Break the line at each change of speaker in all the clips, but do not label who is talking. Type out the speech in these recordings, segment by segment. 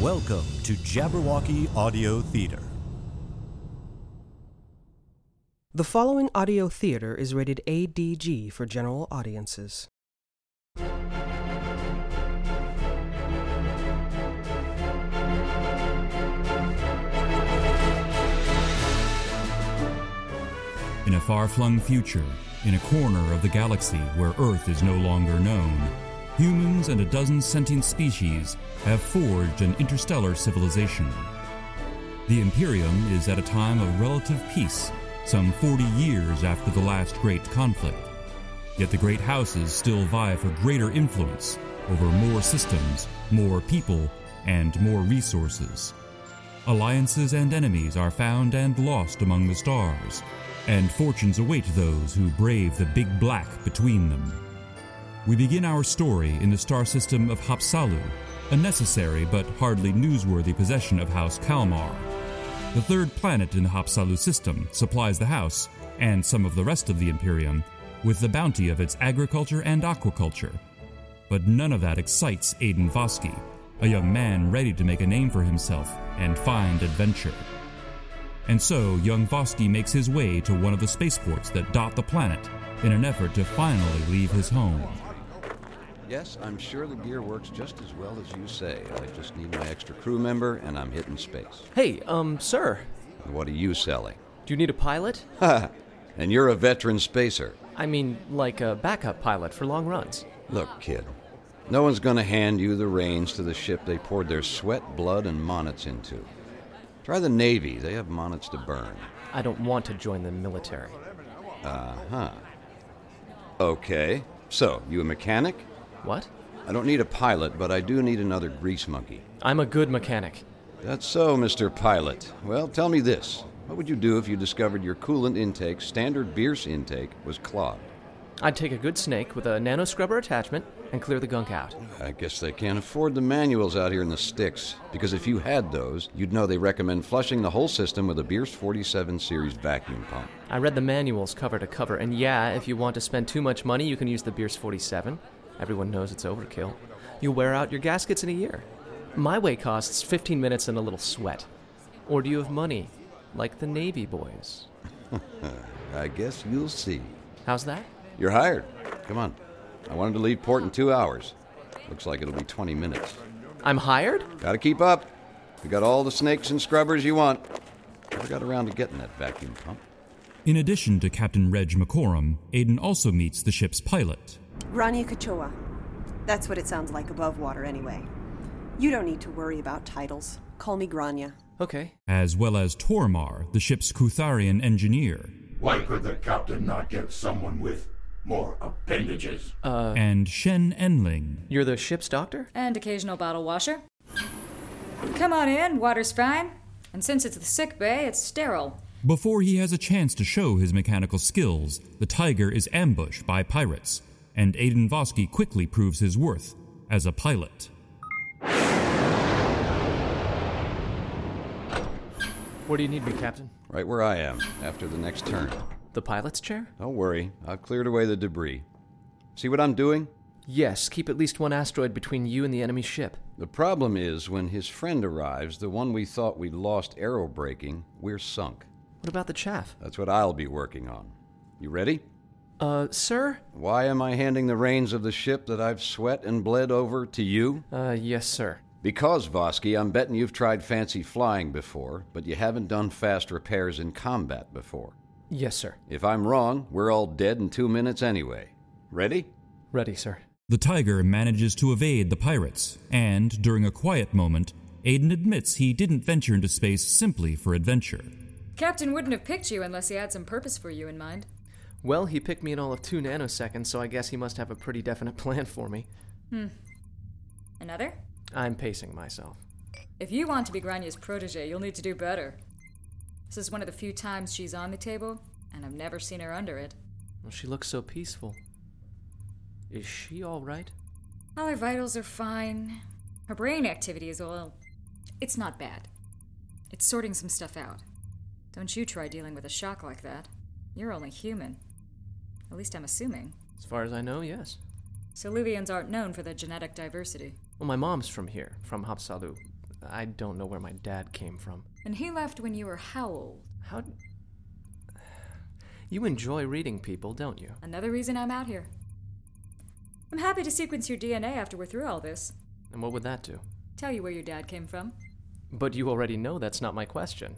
Welcome to Jabberwocky Audio Theater.
The following audio theater is rated ADG for general audiences.
In a far flung future, in a corner of the galaxy where Earth is no longer known, humans and a dozen sentient species have forged an interstellar civilization. The Imperium is at a time of relative peace, some 40 years after the last great conflict. Yet the great houses still vie for greater influence over more systems, more people, and more resources. Alliances and enemies are found and lost among the stars, and fortunes await those who brave the big black between them. We begin our story in the star system of Hapsalu, a necessary but hardly newsworthy possession of House Kalmar. The third planet in the Hapsalu system supplies the house, and some of the rest of the Imperium, with the bounty of its agriculture and aquaculture. But none of that excites Aidan Foskey, a young man ready to make a name for himself and find adventure. And so, young Vosky makes his way to one of the spaceports that dot the planet in an effort to finally leave his home.
Yes, I'm sure the gear works just as well as you say. I just need my extra crew member, and I'm hitting space.
Hey, um, sir,
What are you selling?
do you need a pilot?
Ha! And you're a veteran spacer.
I mean, like a backup pilot for long runs.
Look, kid, no one's going to hand you the reins to the ship they poured their sweat, blood, and monnets into. Try the Navy. They have monnets to burn.
I don't want to join the military.
Uh huh. Okay, so you a mechanic?
What?
I don't need a pilot, but I do need another grease monkey.
I'm a good mechanic.
That's so, Mr. Pilot. Well, tell me this. What would you do if you discovered your coolant intake, standard Bierce intake, was clogged?
I'd take a good snake with a nano scrubber attachment and clear the gunk out.
I guess they can't afford the manuals out here in the sticks, because if you had those, you'd know they recommend flushing the whole system with a Bierce 47 series vacuum pump.
I read the manuals cover to cover, and yeah, if you want to spend too much money, you can use the Bierce 47. Everyone knows it's overkill. You wear out your gaskets in a year. My way costs 15 minutes and a little sweat. Or do you have money? Like the Navy boys.
I guess you'll see.
How's that?
You're hired. Come on. I wanted to leave port in two hours. Looks like it'll be 20 minutes.
I'm hired?
Gotta keep up. We got all the snakes and scrubbers you want. Never got around to getting that vacuum pump.
In addition to Captain Reg McCorum, Aidan also meets the ship's pilot.
Rania Kachoa. That's what it sounds like above water, anyway. You don't need to worry about titles. Call me Grania.
Okay,
as well as Tormar, the ship's Kutharian engineer,
Why could the captain not get someone with more appendages?
and Shen Enling.
You're the ship's doctor?
And occasional bottle washer. Come on in, water's fine. And since it's the sick bay, it's sterile.
Before he has a chance to show his mechanical skills, the tiger is ambushed by pirates, and Aidan Vosky quickly proves his worth as a pilot.
Where do you need me, Captain?
Right where I am, after the next turn.
The pilot's chair?
Don't worry, I've cleared away the debris. See what I'm doing?
Yes, keep at least one asteroid between you and the enemy ship.
The problem is when his friend arrives, the one we thought we'd lost arrow breaking, we're sunk.
What about the chaff?
That's what I'll be working on. You ready?
Uh, sir?
Why am I handing the reins of the ship that I've sweat and bled over to you?
Uh, yes, sir.
Because, Vosky, I'm betting you've tried fancy flying before, but you haven't done fast repairs in combat before.
Yes, sir.
If I'm wrong, we're all dead in two minutes anyway. Ready?
Ready, sir.
The tiger manages to evade the pirates, and during a quiet moment, Aidan admits he didn't venture into space simply for adventure.
Captain wouldn't have picked you unless he had some purpose for you in mind.
Well, he picked me in all of two nanoseconds, so I guess he must have a pretty definite plan for me.
Another?
I'm pacing myself.
If you want to be Grania's protege, you'll need to do better. This is one of the few times she's on the table, and I've never seen her under it.
Well, she looks so peaceful. Is she all right?
All her vitals are fine. Her brain activity is all. It's not bad. It's sorting some stuff out. Don't you try dealing with a shock like that. You're only human. At least I'm assuming.
As far as I know, yes.
Siluvians aren't known for their genetic diversity.
Well, my mom's from here, from Hapsalu. I don't know where my dad came from.
And he left when you were how old?
How. d- You enjoy reading people, don't you?
Another reason I'm out here. I'm happy to sequence your DNA after we're through all this.
And what would that do?
Tell you where your dad came from.
But you already know that's not my question.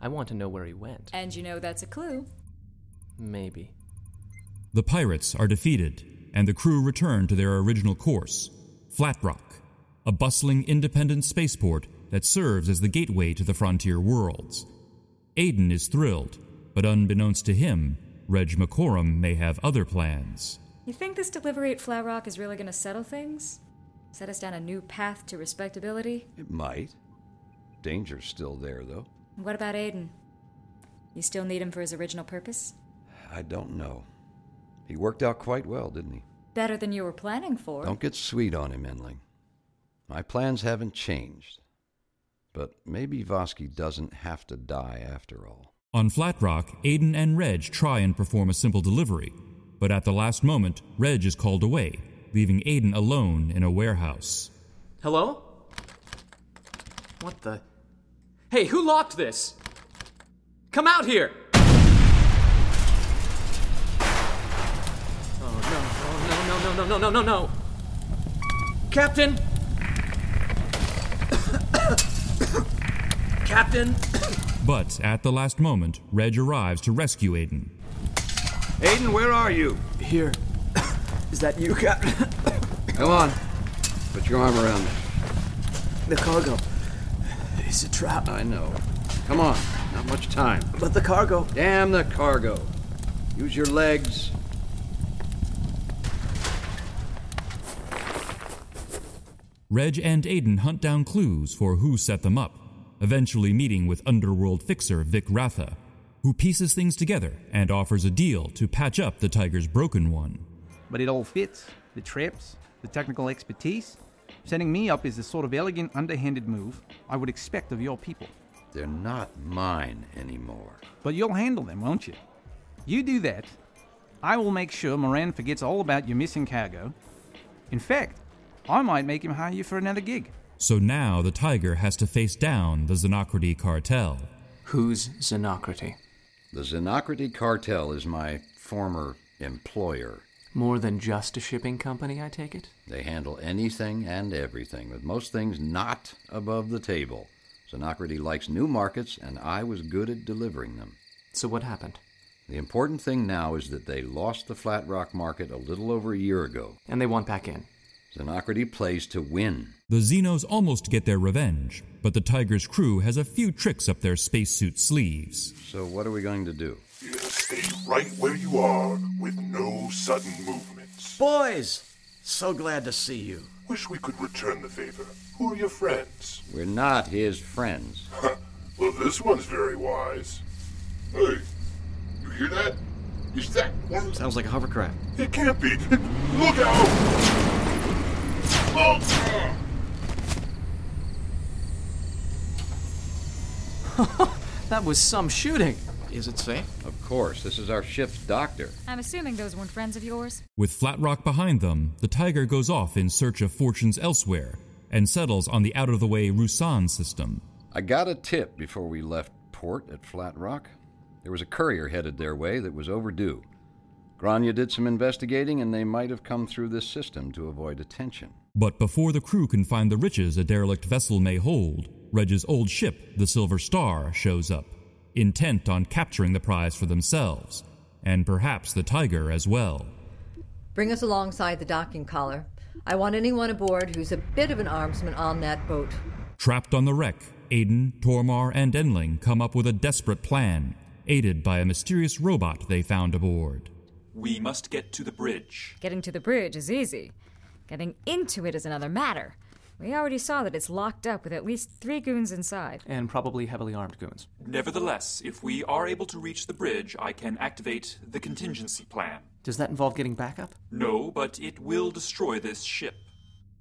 I want to know where he went.
And you know that's a clue.
Maybe.
The pirates are defeated, and the crew return to their original course Flat Rock, a bustling independent spaceport that serves as the gateway to the frontier worlds. Aiden is thrilled, but unbeknownst to him, Reg McCorum may have other plans.
You think this delivery at Flat Rock is really going to settle things? Set us down a new path to respectability?
It might. Danger's still there, though.
And What about Aiden? You still need him for his original purpose?
I don't know. He worked out quite well, didn't he?
Better than you were planning for.
Don't get sweet on him, Enling. My plans haven't changed. But maybe Vosky doesn't have to die after all.
On Flat Rock, Aiden and Reg try and perform a simple delivery, but at the last moment, Reg is called away, leaving Aiden alone in a warehouse.
Hello? What the? Hey, who locked this? Come out here! Oh no, oh no, no, no, no, no, no, no! Captain! Captain!
But at the last moment, Reg arrives to rescue Aiden.
Aiden, where are you?
Here. Is that you, Captain?
Come on. Put your arm around me.
The cargo. It's a trap.
I know. Come on. Not much time.
But the cargo.
Damn the cargo. Use your legs.
Reg and Aiden hunt down clues for who set them up, eventually meeting with underworld fixer Vic Ratha, who pieces things together and offers a deal to patch up the Tiger's broken one.
but it all fits the traps, the technical expertise. Setting me up is the sort of elegant, underhanded move I would expect of your people.
They're not mine anymore.
But you'll handle them, won't you? You do that. I will make sure Moran forgets all about your missing cargo. In fact, I might make him hire you for another gig.
So now the Tiger has to face down the Xenocrity cartel.
Who's Xenocrity?
The Xenocrity Cartel is my former employer.
More than just a shipping company, I take it?
They handle anything and everything, with most things not above the table. Xenocrity likes new markets, and I was good at delivering them.
So what happened?
The important thing now is that they lost the Flat Rock market a little over a year ago.
And they want back in.
Xenocrity plays to win.
The Xenos almost get their revenge, but the Tiger's crew has a few tricks up their spacesuit sleeves.
So, what are we going to do?
Stay right where you are with no sudden movements.
Boys! So glad to see you.
Wish we could return the favor. Who are your friends?
We're not his friends.
Well, this one's very wise. Hey, you hear that? Is that one?
Sounds like a hovercraft.
It can't be. Look out! Oh! ah.
That was some shooting!
Is it safe?
Of course, this is our ship's doctor.
I'm assuming those weren't friends of yours.
With Flat Rock behind them, the Tiger goes off in search of fortunes elsewhere and settles on the out of the way Rusan system.
I got a tip before we left port at Flat Rock. There was a courier headed their way that was overdue. Grania did some investigating, and they might have come through this system to avoid attention.
But before the crew can find the riches a derelict vessel may hold, Reg's old ship, the Silver Star, shows up, intent on capturing the prize for themselves, and perhaps the Tiger as well.
Bring us alongside the docking collar. I want anyone aboard who's a bit of an armsman on that boat.
Trapped on the wreck, Aiden, Tormar, and Enling come up with a desperate plan, aided by a mysterious robot they found aboard.
We must get to the bridge.
Getting to the bridge is easy. Getting into it is another matter. We already saw that it's locked up with at least three goons inside.
And probably heavily armed goons.
Nevertheless, if we are able to reach the bridge, I can activate the contingency plan.
Does that involve getting backup?
No, but it will destroy this ship.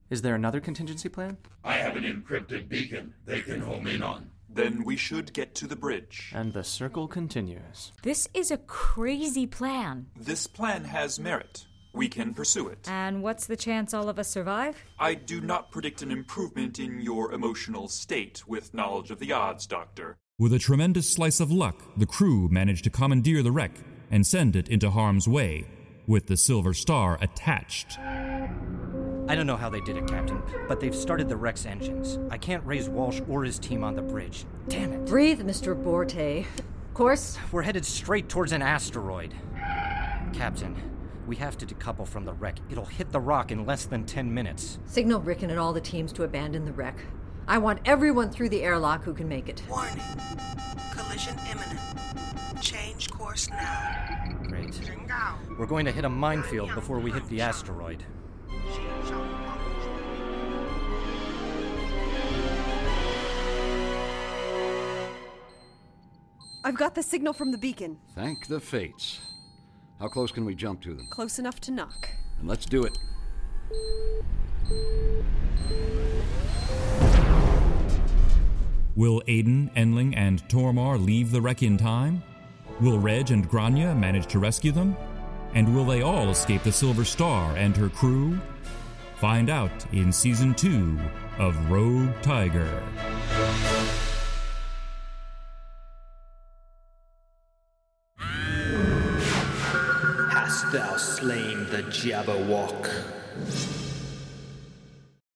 Is there another contingency plan?
I have an encrypted beacon they can home in on.
Then we should get to the bridge.
And the circle continues.
This is a crazy plan.
This plan has merit. we can pursue it.
And what's the chance all of us survive?
I do not predict an improvement in your emotional state with knowledge of the odds, Doctor.
With a tremendous slice of luck, the crew managed to commandeer the wreck and send it into harm's way, with the Silver Star attached.
I don't know how they did it, Captain, but they've started the wreck's engines. I can't raise Walsh or his team on the bridge. Damn it.
Breathe, Mr. Borte. Course?
We're headed straight towards an asteroid. Captain, we have to decouple from the wreck. It'll hit the rock in less than 10 minutes.
Signal Rickon and all the teams to abandon the wreck. I want everyone through the airlock who can make it.
Warning. Collision imminent. Change course now.
Great. We're going to hit a minefield before we hit the asteroid.
I've got the signal from the beacon.
Thank the fates. How close can we jump to them?
Close enough to knock.
And let's do it.
Will Aiden, Enling, and Tormar leave the wreck in time? Will Reg and Grania manage to rescue them? And will they all escape the Silver Star and her crew? Find out in Season 2 of Rogue Tiger.
Hast thou slain the Jabberwock?